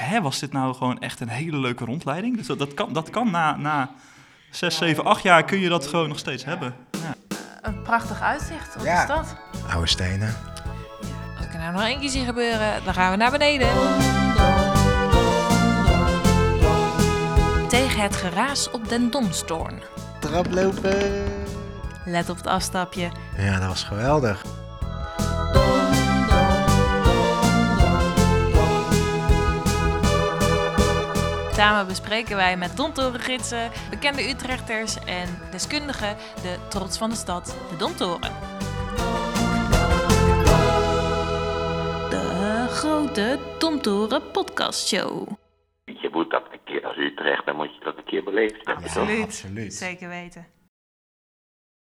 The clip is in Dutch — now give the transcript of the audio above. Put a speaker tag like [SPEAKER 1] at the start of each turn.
[SPEAKER 1] hè, was dit nou gewoon echt een hele leuke rondleiding? Dus dat, dat kan, dat kan na, na 6, 7, 8 jaar kun je dat gewoon nog steeds hebben. Ja.
[SPEAKER 2] Een prachtig uitzicht op
[SPEAKER 3] Ja.
[SPEAKER 2] de stad.
[SPEAKER 3] Oude stenen.
[SPEAKER 4] Als ik er nou nog één keer zie gebeuren, dan gaan we naar beneden. Tegen het geraas op den Domstoorn.
[SPEAKER 3] Traplopen.
[SPEAKER 4] Let op het afstapje.
[SPEAKER 3] Ja, dat was geweldig.
[SPEAKER 4] Samen bespreken wij met domtorengidsen, bekende Utrechters en deskundigen de trots van de stad, de Domtoren. De grote Domtoren Podcast Show.
[SPEAKER 5] Je moet dat een keer als Utrecht, dan moet je dat een keer beleefd hebben.
[SPEAKER 3] Ja,
[SPEAKER 5] toch?
[SPEAKER 4] Absoluut.
[SPEAKER 3] absoluut.
[SPEAKER 4] Zeker weten.